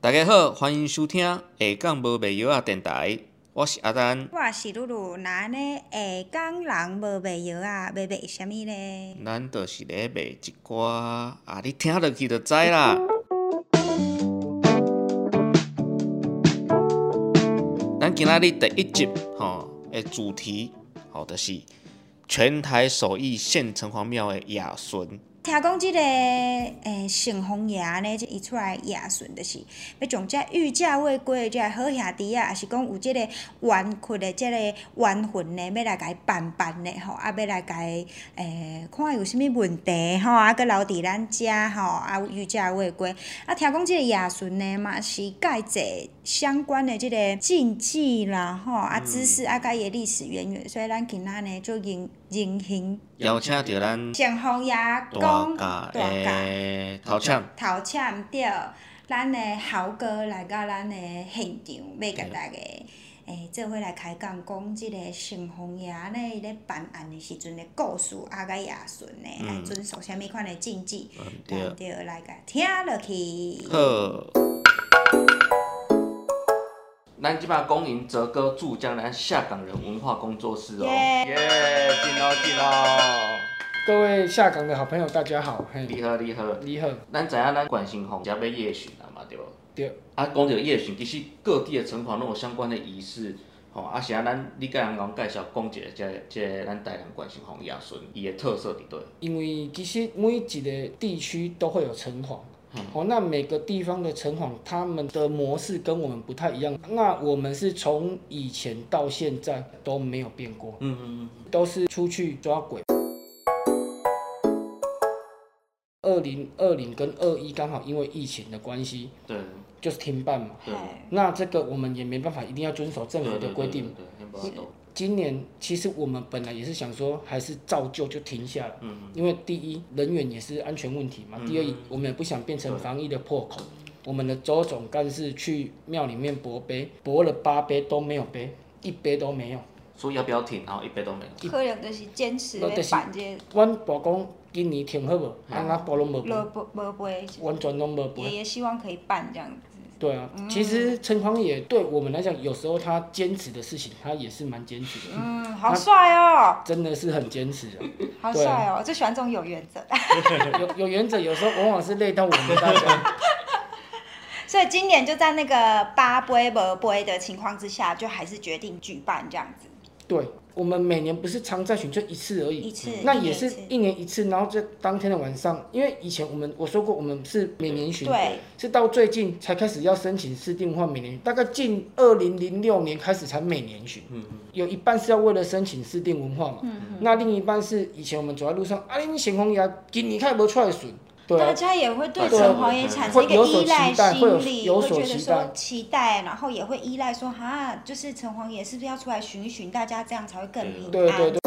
大家好，欢迎收听下港无卖药啊电台，我是阿丹。我是露露，那呢下港人无卖药啊，卖卖啥物呢？咱就是咧卖一寡啊，你听落去就知啦。咱今仔日第一集吼的主题吼，就是全台首义县城隍庙的亚巡。听讲即、个诶城隍爷啊呢，即伊出来夜巡就是要将遮御驾未归的遮好兄弟啊，也是讲有即个冤屈的即个冤魂呢，要来甲伊办办的吼，啊要来甲伊诶看有啥物问题吼，啊搁留伫咱遮吼，啊有御驾未归。啊听讲即个夜巡呢嘛是介济相关的即个禁忌啦吼，啊知识啊甲伊的历史渊源，所以咱今仔呢就用人行邀请到咱城隍爷大讲家家的头像，头签对，咱的豪哥来到咱的现场，要甲大家诶做伙来开讲，讲即个城隍爷咧咧办案的时阵的故事，啊甲夜巡咧来遵守啥物款的禁忌，嗯对。咱着来甲听落去。好。咱即摆讲因泽哥驻江南下港人文化工作室哦。耶耶，进哦进哦！各位下港的好朋友，大家好，嘿，你好，你好。你好，咱知影咱关心红家要夜巡啊嘛，对无？对。啊，讲着夜巡，其实各地的城隍拢有相关的仪式，吼、啊是啊，咱你甲人讲介绍讲一下，即个即个咱台南关心红亚顺伊的特色伫倒。因为其实每一个地区都会有城隍嗯，哦，那每个地方的城隍他们的模式跟我们不太一样，那我们是从以前到现在都没有变过，嗯嗯都是出去抓鬼。二零二零跟二一刚好因为疫情的关系，嗯，对就是停办嘛。对。那这个我们也没办法，一定要遵守政府的规定。对对对，对对对今年其实我们本来也是想说，还是照旧就停下来，嗯因为第一人员也是安全问题嘛，嗯第二我们也不想变成防疫的破口。我们的周总干事去庙里面博杯，博了八杯都没有杯，一杯都没有。所以要不要停，然后一杯都没有。可能就是坚持那就咧是办这阮博讲今年停好无，啊那博拢个无杯，落嗯无无杯，完全拢无爷杯。爷希望可以办这样子。对啊，其实陈匡也对我们来讲，有时候他坚持的事情，他也是蛮坚持的，嗯，好帅哦，真的是很坚持的。好对啊帅哦，我最喜欢这种有原则的。有有原则，有时候往往是累到我们大家。所以今年就在那个八杯不杯的情况之下，就还是决定举办这样子对，我们每年不是常在巡就一次而一已，次。那一年也一是次一年一次，然后在当天的晚上，因为以前我们我说过我们是每年巡，对，是到最近才开始要申请市定文化每年巡，大概近二零零六年开始才每年巡，嗯嗯。有一半是要为了申请市定文化嘛，那另一半是以前我们走在路上，啊，你显红牙今年看不出来巡，对大啊，家也会对对城啊隍爷产生一个依赖会心有所期理，待会有会觉有所得期待说期待，然后也会依赖说哈，就是城隍爷是不是要出来巡一巡，大家这样才会更平安。对对对，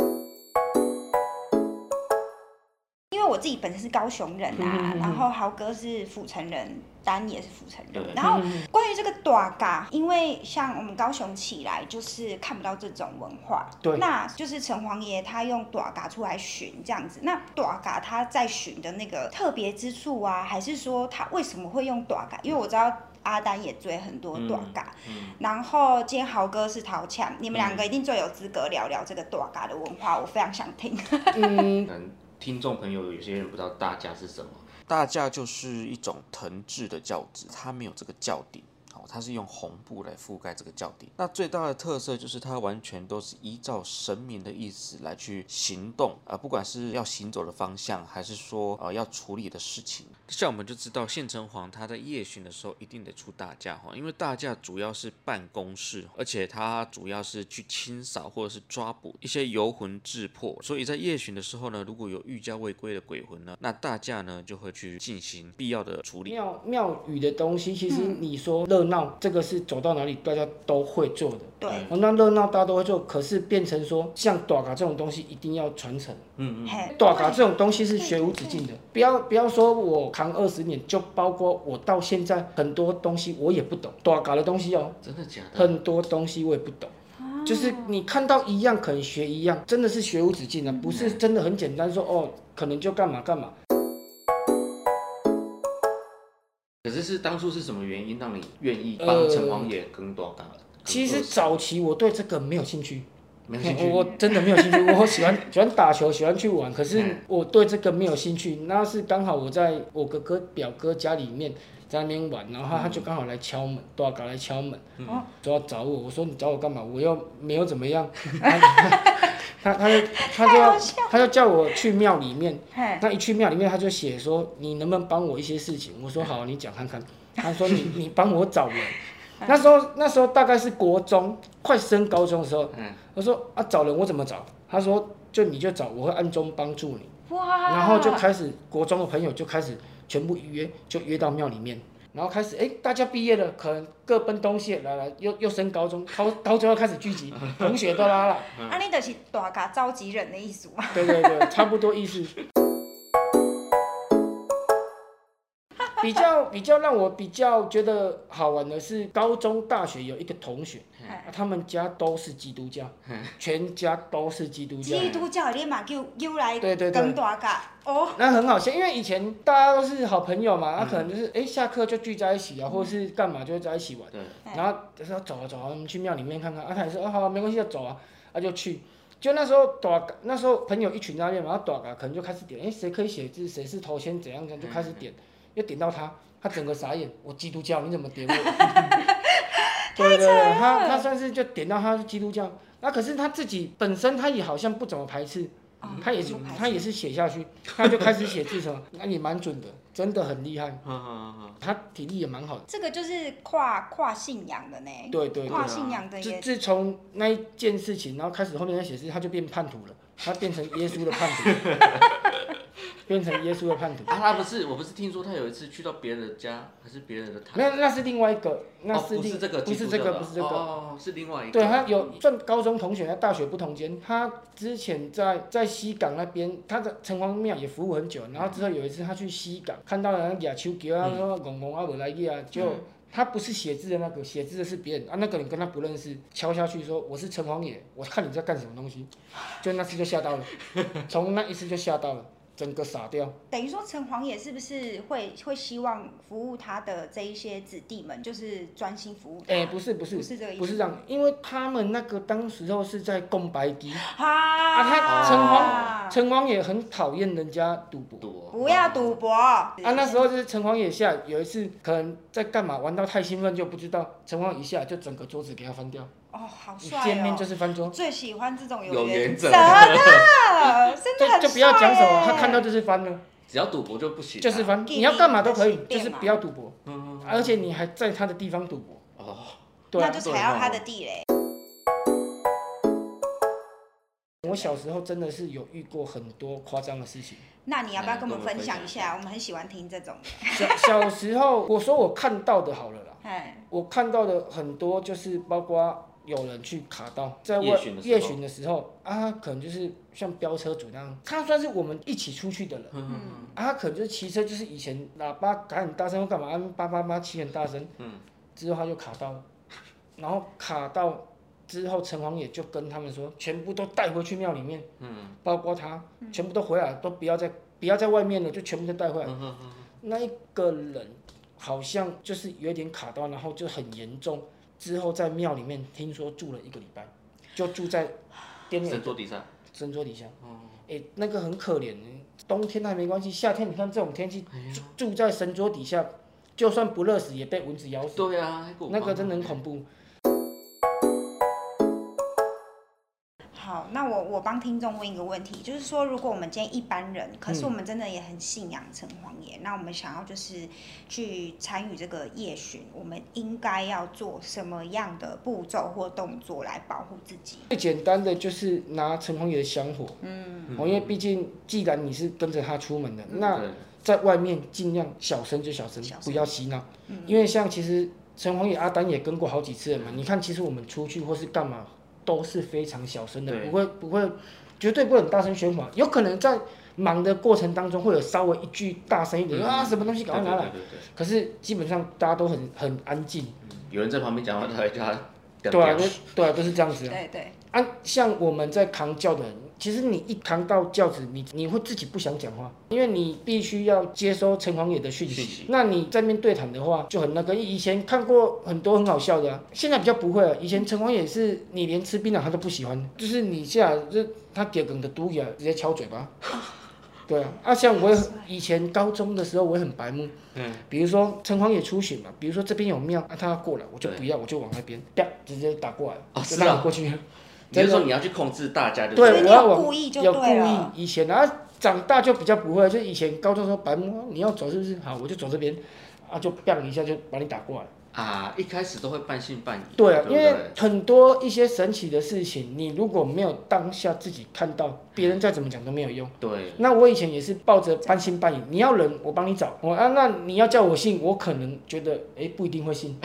因为我自己本身是高雄人嗯嗯啊嗯，嗯然后豪哥是府城人，丹也是府城对人，然嗯后关于这个短嘎，因为像我们高雄起来就是看不到这种文化，对那就是城隍爷他用短嘎出来巡这样子。那短嘎他在巡的那个特别之处啊，还是说他为什么会用短嘎？因为我知道阿丹也追很多短嘎，嗯然后今天豪哥是陶强，你们嗯两个一定最有资格聊聊这个短嘎的文化，我非常想听。嗯，可能听众朋友有些人不知道大架是什么。大架就是一种藤制的轿子，它没有这个轿顶，好、它是用红布来覆盖这个轿顶。那最大的特色就是它完全都是依照神明的意思来去行动啊、不管是要行走的方向，还是说呃要处理的事情。像我们就知道县城隍他在夜巡的时候一定得出大架哈，因为大架主要是办公室，而且它主要是去清扫或者是抓捕一些游魂智魄，所以在夜巡的时候呢，如果有欲加未归的鬼魂呢，那大架呢就会去进行必要的处理。庙庙宇的东西，其实你说热闹，这个是走到哪里大家都会做的。对，哦，那热闹大家都会做，可是变成说像短卡这种东西一定要传承。嗯嗯，嘿短卡这种东西是学无止境的，不要不要说我扛二十年，就包括我到现在很多东西我也不懂，短卡的东西哦，真的假的？很多东西我也不懂。就是你看到一样，可能学一样，真的是学无止境的，不是真的很简单说哦，可能就干嘛干嘛。可是是当初是什么原因让你愿意帮城隍爷更多干？其实早期我对这个没有兴趣，没有兴我趣， 我真的没有兴趣。我喜欢喜欢打球，喜欢去玩，可是嗯我对这个没有兴趣。那是刚好我在我哥哥表哥家里面在那边玩，然后他就刚好来敲门，多少搞来敲门，嗯哦说要找我。我说你找我干嘛？我又没有怎么 样。他他他就他就要他就叫我去庙里面，嘿，那一去庙里面，他就写说你能不能帮我一些事情？我说好，你讲看看。他说你你帮我找人。 那时候那时候大概是国中快升高中的时候，嗯我说啊找人我怎么找？他说就你就找，我会暗中帮助你。哇，然后就开始国中的朋友就开始全部约，就约到庙里面。然后开始，哎，大家毕业了，可能各奔东西了，来来，又又升高中，高高中又开始聚集，同学都拉了，啊，你就是大家召集人的意思嘛。对对对，差不多意思。 比较比较让我比较觉得好玩的是，高中、大学有一个同学，嘿他们家都是基督教，全家都是基督教。基督教你嘛叫叫来对对对跟大家哦，那很好笑，因为以前大家都是好朋友嘛，那、可能就是哎、下课就聚在一起啊，或者是干嘛就会在一起玩。对，哎然后他说走啊走啊，我们去庙里面看看。啊，他也说哦好啊，没关系，就走啊，啊就去。就那时候短那时候朋友一群在那边嘛，然后短啊可能就开始点，哎、谁可以写字，谁是头先怎样怎样就开始点，又点到他，他整个傻眼，我基督教你怎么 点我？对对对，他他算是就点到他是基督教，那、可是他自己本身他也好像不怎么排斥。哦他也是不排，斥他也是写下去，他就开始写字什么， 那也蛮准的，真的很厉害。哈哈哈。他体力也蛮好的，这个就是跨跨信仰的呢，对对对。啊跨信仰的自也自从那一件事情，然后开始后面在写诗，他就变叛徒了，他变成耶稣的叛徒， 变成耶稣的叛徒。啊，他不是，我不是听说他有一次去到别人的家，还是别人的没摊？有，那是另外一个，那哦，是不另、是这个，不是基这督个，教的不是这个。哦，是另外一个。对他有算高中同学，大学不同间。他之前在在西港那边，他在城隍庙也服务很久。然后之后有一次他去西港，看到人家手球啊，说公公啊，我来去啊，就。他不是写字的那个，写字的是别人啊，那个人跟他不认识，敲下去说我是城隍爷，我看你在干什么东西，就那次就吓到了，从那一次就吓到了，整个傻掉。等于说城隍爷是不是会会希望服务他的这一些子弟们，就是专心服务他？哎、不是不是不是这个意思，不是这样，因为他们那个当时候是在供白鸡，啊啊，他城隍城隍爷很讨厌人家赌博。赌，不要赌博啊啊，那时候就是城隍爷下，有一次可能在干嘛，玩到太兴奋就不知道，城隍一下就整个桌子给他翻掉，哦，好一帅哦！见面就是翻桌，最喜欢这种有原原则的，真的就很欸就不要讲什么，他看到到就是翻了，只要赌博就不行啊。就是翻，给你要干嘛都可以你的，就心是变嘛不要赌博，嗯，而且你还在他的地方赌博，哦，对那啊就，踩到他的地雷。我小时候真的是有遇过很多夸张的事情。那你要不要嗯跟我们跟我分们享一分享一下？我们很喜欢听这种的。小小时候，我说我看到的好了啦，哎，我看到的很多就是包括有人去卡到在夜外巡的时候夜巡的时候啊，可能就是像飙车族那样，他算是我们一起出去的人。嗯，啊，他可能就是骑车，就是以前喇叭赶很大声或干嘛，啊按叭叭叭骑很大声，嗯，之后他就卡到了，然后卡到之后，城隍爷就跟他们说，全部都带回去庙里面，嗯，包括他，全部都回来，都不要再不要在外面了，就全部都带回来。那一个人好像就是有点卡到，然后就很严重，之后在庙里面听说住了一个礼拜，就住在滇缅神桌底下，神桌底下。哎、那个很可怜，冬天还没关系，夏天你看这种天气，住住在神桌底下，就算不热死也被蚊子咬死，对啊，我那个妈真的很恐怖。好，那我我帮听众问一个问题，就是说，如果我们今天一般人，可嗯是我们真的也很信仰城隍爷，那我们想要就是去参与这个夜巡，我们应该要做什么样的步骤或动作来保护自己？最简单的就是拿城隍爷的香火，嗯，哦，因为毕竟既然你是跟着他出门的，那对在外面尽量小声就小声小，声不要嬉闹，嗯因为像其实城隍爷阿丹也跟过好几次了嘛，你看其实我们出去或是干嘛都是非常小声的，对不会不会绝对不能大声喧哗，有可能在忙的过程当中会有稍微一句大声一点、嗯啊什么东西赶快拿来，对对对对对可是基本上大家都很很安静，嗯有人在旁边讲话，他会叫他。对啊，就对啊，都是这样子啊。对对，啊，像我们在扛轿的人，其实你一扛到轿子，你你会自己不想讲话，因为你必须要接收城隍爷的讯讯息息。那你在面对谈的话，就很那个。以前看过很多很好笑的、啊，现在比较不会了、以前城隍爷是你连吃槟榔他都不喜欢，就是你下来就是他给梗的毒牙直接敲嘴巴。对啊，啊，像我也很以前高中的时候，我也很白目，嗯，比如说城隍爷出巡嘛，比如说这边有庙，啊，他要过来，我就不要，我就往那边，啪，直接打过来，啊就是啊让我过去。你就说你要去控制大家，对所以你我要有往故意就有故对意了。，以前啊，长大就比较不会，就以前高中时候白目，你要走是不是？好，我就走这边，啊，就 bang 一下就把你打过来。啊，一开始都会半信半疑，对啊，不因为很多一些神奇的事情，你如果没有当下自己看到，别人再怎么讲都没有用。对，那我以前也是抱着半信半疑，你要人我帮你找，我啊，那你要叫我信，我可能觉得哎、诶不一定会信，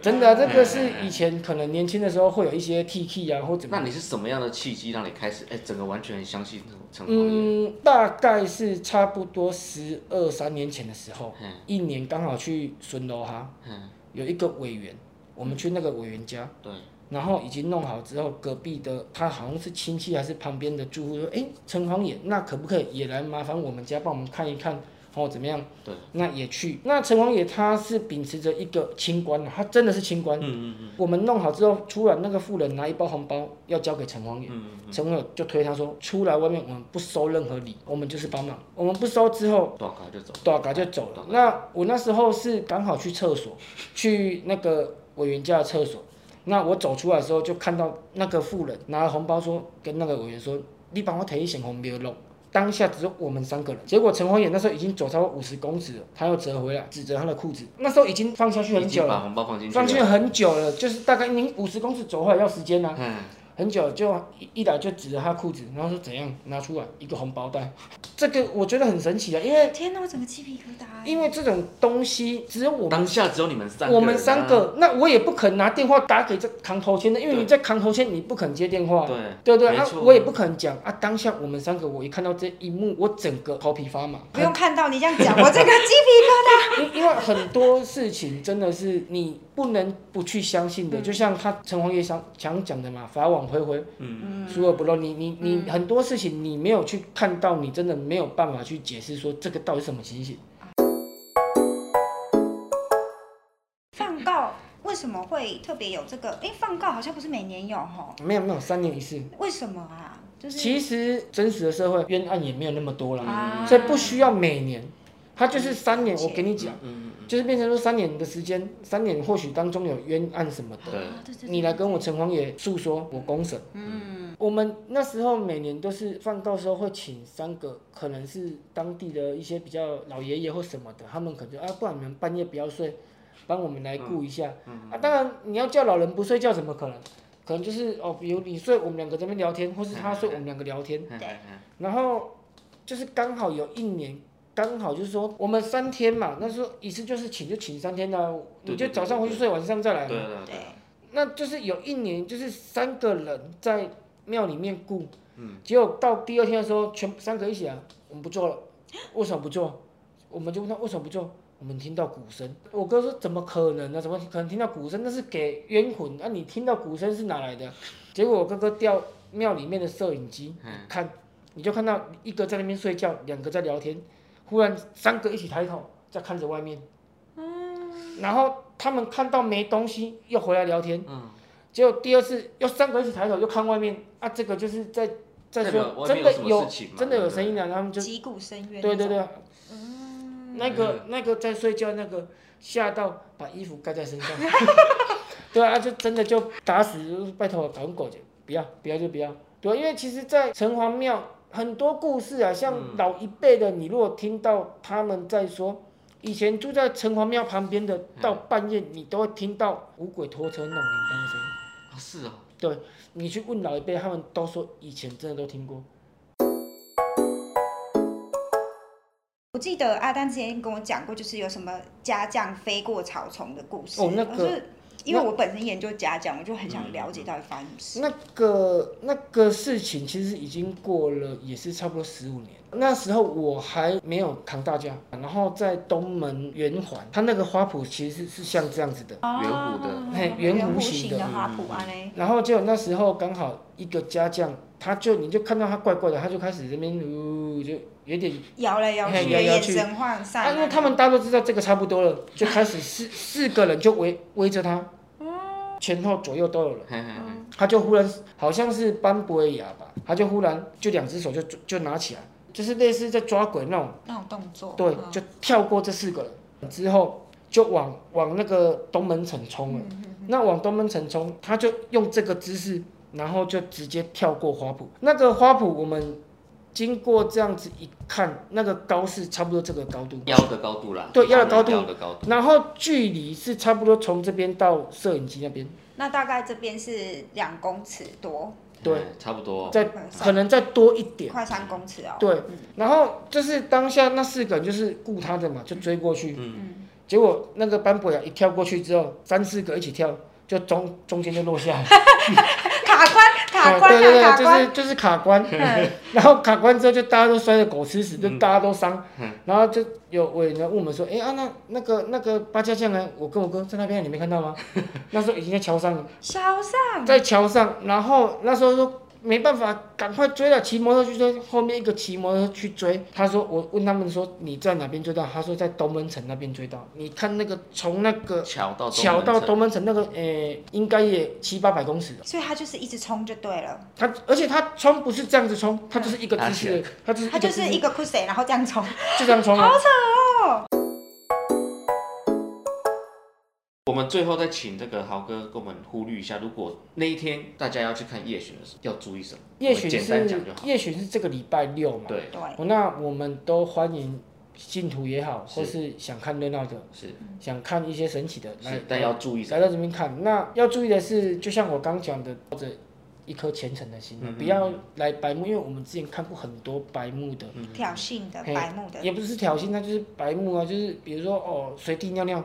真的啊、这个是以前可能年轻的时候会有一些 T K 啊或怎么那样。你是什么样的契机让你开始哎，整个完全相信陈黄爷？嗯，大概是差不多十二三年前的时候，嗯一年刚好去孙楼哈，嗯，有一个委员，我们去那个委员家，对，然后已经弄好之后，隔壁的他好像是亲戚还是旁边的住户说，哎，陈黄也，那可不可以也来麻烦我们家帮我们看一看，哦怎么样？对，那也去。那陈黄也他是秉持着一个清官啊，他真的是清官。嗯嗯嗯我们弄好之后，突然那个妇人拿一包红包要交给陈黄也，嗯嗯陈黄也就推他说，出来外面我们不收任何礼，我们就是帮忙，我们不收之后，嗯，短卡就走，对啊，嘎就走了懂。那我那时候是刚好去厕所， 去那个委员家的厕所。那我走出来的时候，就看到那个妇人拿了红包说，跟那个委员说：“你帮我提一箱红包肉。”当下只有我们三个人。结果陈红野那时候已经走超过五十公尺了，他又折回来，指着他的裤子。那时候已经放下去已很久经了，把红包放进去放下去了，很久了，就是大概您五十公尺走回来要时间呐、嗯，很久就一一来就指着他裤子，然后说怎样拿出来一个红包袋。这个我觉得很神奇啊，因为天哪，我整个鸡皮疙瘩欸。因为这种东西只有我们当下只有你们三个，啊我们三，个，那我也不肯拿电话打给这扛头签的，因为对你在扛头签，你不肯接电话，对对不对？没啊，错我也不肯讲啊。当下我们三个，我一看到这一幕，我整个头皮发麻。不用看到你这样讲，我这个鸡皮因因为很多事情真的是你不能不去相信的，嗯就像他城隍爷想想讲的嘛，法网恢恢，嗯，嗯疏而不漏。你你你很多事情你没有去看到，你真的没有办法去解释说这个到底什么情形。放告为什么会特别有这个？哎，放告好像不是每年有吼，没有没有，三年一次。为什么啊？就是其实真实的社会冤案也没有那么多啦，啊所以不需要每年，它就是三年。了解我给你讲，嗯嗯就是变成说三年的时间，三年或许当中有冤案什么的，啊对对对，你来跟我城隍爷诉说，我公审。嗯，我们那时候每年都是放告时候会请三个，可能是当地的一些比较老爷爷或什么的，他们可能就啊，不然你们半夜不要睡，帮我们来顾一下、嗯啊。当然你要叫老人不睡觉，怎么可能？可能就是哦，比如你睡，我们两个在那边聊天，或是他睡，我们两个聊天。嗯，对嗯，然后就是刚好有一年，刚好就是说我们三天嘛，那时候一次就是请就请三天啦、对你就早上回去睡，晚上再来对嘛。对对对，那就是有一年就是三个人在庙里面顾，结果到第二天的时候，全三个一起啊，我们不做了，为什么不做？我们就问他为什么不做？我们听到鼓声，我哥说怎么可能呢、怎么可能听到鼓声？那是给冤魂，那、你听到鼓声是哪来的？结果我哥哥调庙里面的摄影机，嗯，看，你就看到一个在那边睡觉，两个在聊天，忽然三个一起抬头在看着外面，然后他们看到没东西又回来聊天，嗯结果第二次又三个一起抬头又看外面，啊，这个就是在在代表说外真面的有什么有事情嘛真的有声音对的，然后他们就击鼓深渊。对对对，，嗯，那个那个在睡觉那个吓到把衣服盖在身上，对啊，就真的就打死，就是拜托赶狗去，不要不要就不要，对啊、因为其实，在城隍庙很多故事啊，像老一辈的，你如果听到他们在说。以前住在城隍庙旁边的，到半夜你都会听到五鬼拖车那种铃铛的声音。啊是哦，你去问老一辈，他们都说以前真的都听过。我记得阿丹之前跟我讲过，就是有什么家将飞过草丛的故事。哦那个嗯我是因为我本身研究家讲，我就很想了解到底发生什么事。那个那个事情其实已经过了，也是差不多十五年。那时候我还没有扛大家，然后在东门圆环，它那个花圃其实是像这样子的。圆啊弧的嘿圆弧弧形形的嗯的花圃啊嘞，然后就那时候刚好一个家将，他就你就看到他怪怪的，他就开始这边呜就有点，摇来摇去，嘿摇来摇眼去神涣散啊，啊。因为他们大家都知道这个差不多了，就开始四四个人就围围着他，前后左右都有人，嘿嘿嘿他就忽然好像是斑驳的哑巴，他就忽然就两只手就就拿起来，就是类似在抓鬼那种，那种动作，对嗯，就跳过这四个人之后，就往往那个东门城冲了。那往东门城冲，他就用这个姿势，然后就直接跳过花圃。那个花圃，我们经过这样子一看，那个高是差不多这个高度，腰的高度啦，对腰的差不多高度腰的高度，然后距离是差不多从这边到摄影机那边，那大概这边是两公尺多，对哎，差不多。再快三可能再多一点。快三公尺哦。对，然后就是当下那四个人就是顾他的嘛，就追过去。嗯，结果那个班博雅一跳过去之后，三四个一起跳，就中中间就落 下来，卡关卡对关对啊对，卡关，就是就是卡关，嗯 然后卡关之后就大家都摔得狗吃屎，就嗯大家都伤，嗯然后就有委员问我们说，哎啊那那个那个八家将呢？我跟我哥在那边，你没看到吗？那时候已经在桥上了，小上在桥上，然后那时候说。没办法，赶快追了，骑摩托车去追。后面一个骑摩托车去追，他说：“我问他们说你在哪边追到？”他说：“在东门城那边追到。”你看那个从那个桥到东桥门到城东门城那个，诶、应该也七八百公尺了。所以他就是一直冲就对了，他而且他冲不是这样子冲，他就是一个姿势，他嗯就是他个就姿是势一个 c u s i 然后这样冲。就这样冲啊。我们最后再请这个豪哥跟我们呼吁一下，如果那一天大家要去看夜巡的时候，要注意什么？夜我们巡简单是讲就好。夜巡是这个礼拜六嘛？对，对，哦。那我们都欢迎信徒也好，是或是想看热闹的，是想看一些神奇的，来是，但要注意什来么？到这边看。那要注意的是，就像我刚讲的，抱着一颗虔诚的心啊嗯嗯，不要来白目，因为我们之前看过很多白目的，挑衅的嗯嘿白目的，也不是挑衅，他就是白目啊，就是比如说哦，随地尿尿，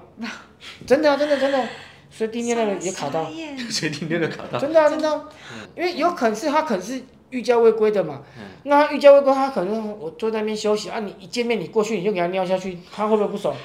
真的啊，真的真的，随地尿尿也卡到傻，眼谁听天的卡到？真的啊，真的啊、因为有可能是他可能是欲加未归的嘛，嗯那他欲加未归，他可能我坐在那边休息啊，你一见面你过去你就给他尿下去，他会不会不 爽？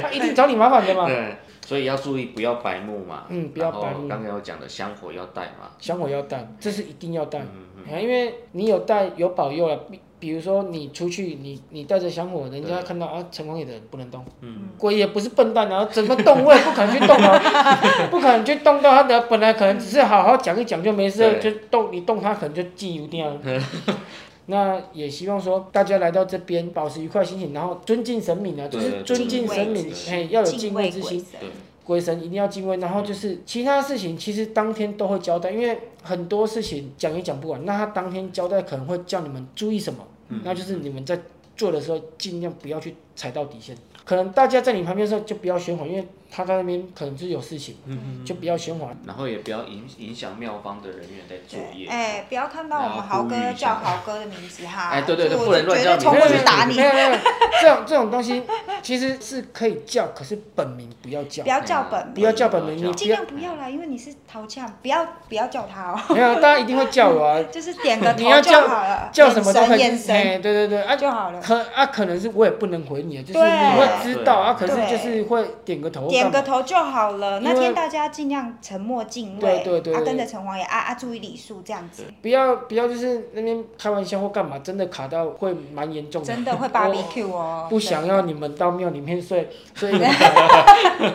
他一定找你麻烦的嘛，对，所以要注意不要白目嘛。嗯不要白目然后刚刚有讲的香火要带嘛。香火要带，这是一定要带，嗯哎因为你有带有保佑了，啊比比如说你出去，你你带着香火，人家对看到啊，城隍爷的人不能动，嗯鬼也不是笨蛋啊，怎么动我也不可能去动啊， 不可能去动到他的，本来可能只是好好讲一讲就没事了，就对动你动他可能就记油掉了。 那也希望说大家来到这边保持愉快心情，然后尊敬神明啊，就对是尊敬敬神畏明之，心哎，要有敬敬畏畏之鬼心。神，鬼神一定要敬畏，然后就是其他事情，其实当天都会交代，因为很多事情讲也讲不完。那他当天交代可能会叫你们注意什么，那就是你们在做的时候尽量不要去踩到底线。可能大家在你旁边的时候就不要喧哗，因为他在那边可能是有事情，就不要喧哗。然后也不要影影响庙方的人员在作对，业。哎，不要看到我们豪然后呼吁哥一下叫豪哥的名字哈，哎对对对就不能乱叫绝对名字冲过去打你没，有没有，没有这种这种东西其实是可以叫，可是本名不要叫不。要叫本哎不名，要叫本名哎不要叫尽量不要啦，因为你是淘呛，不要不要叫他哦，没有，大家一定会叫我啊，就是点个头你要就叫好了，叫什么都可以。眼神眼哎，对对对，啊神就好了，可啊，可能是我也不能回你啊，就是你对会知道啊，可对是就是会点个头，点个头头，就好了。因为那天大家尽量沉默敬畏，对对对啊，对跟着城隍爷啊啊，注意礼数这样子，不要不要就是那边开玩笑或干嘛，真的卡到会蛮严重的，真的会 barbecue 哦我。不想要你们到庙里面睡，所以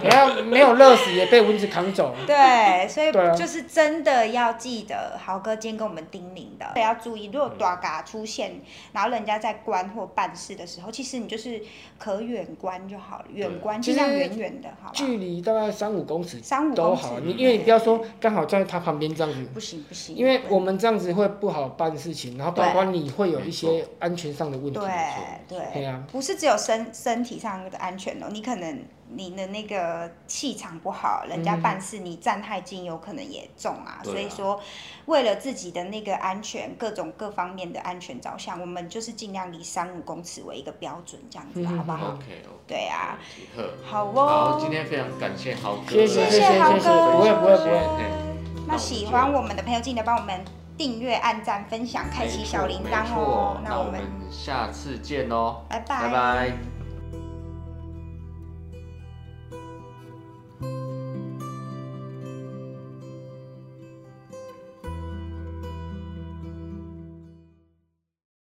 然后没有热死也被蚊子扛走， 对，所以对啊就是真的要记得，豪哥今天跟我们叮咛的，啊要注意，如果短嘎出现，然后人家在关或办事的时候，其实你就是可远观就好了，远观其尽实量远远的，好吧？距离大概三五公尺三五都公好，尺，你因为你不要说刚好在他旁边这样子。不行不行，因为我们这样子会不好办事情，然后包括你会有一些安全上的问题对。嘿对，啊，不是只有身身体上的安全哦，你可能你的那个气场不好，人家办事你站太近，有可能也中啊。对啊所以说，为了自己的那个安全，各种各方面的安全着想，我们就是尽量以三五公尺为一个标准，这样子、嗯好不好？ OK OK。对啊，好，好好，哦今。天非常感谢豪哥，谢谢谢谢豪哥不会不会不会，对那喜欢我们的朋友，记得帮我们订阅、按赞、分享、开启小铃铛没哦错。那那我我们们下次见哦，拜拜拜。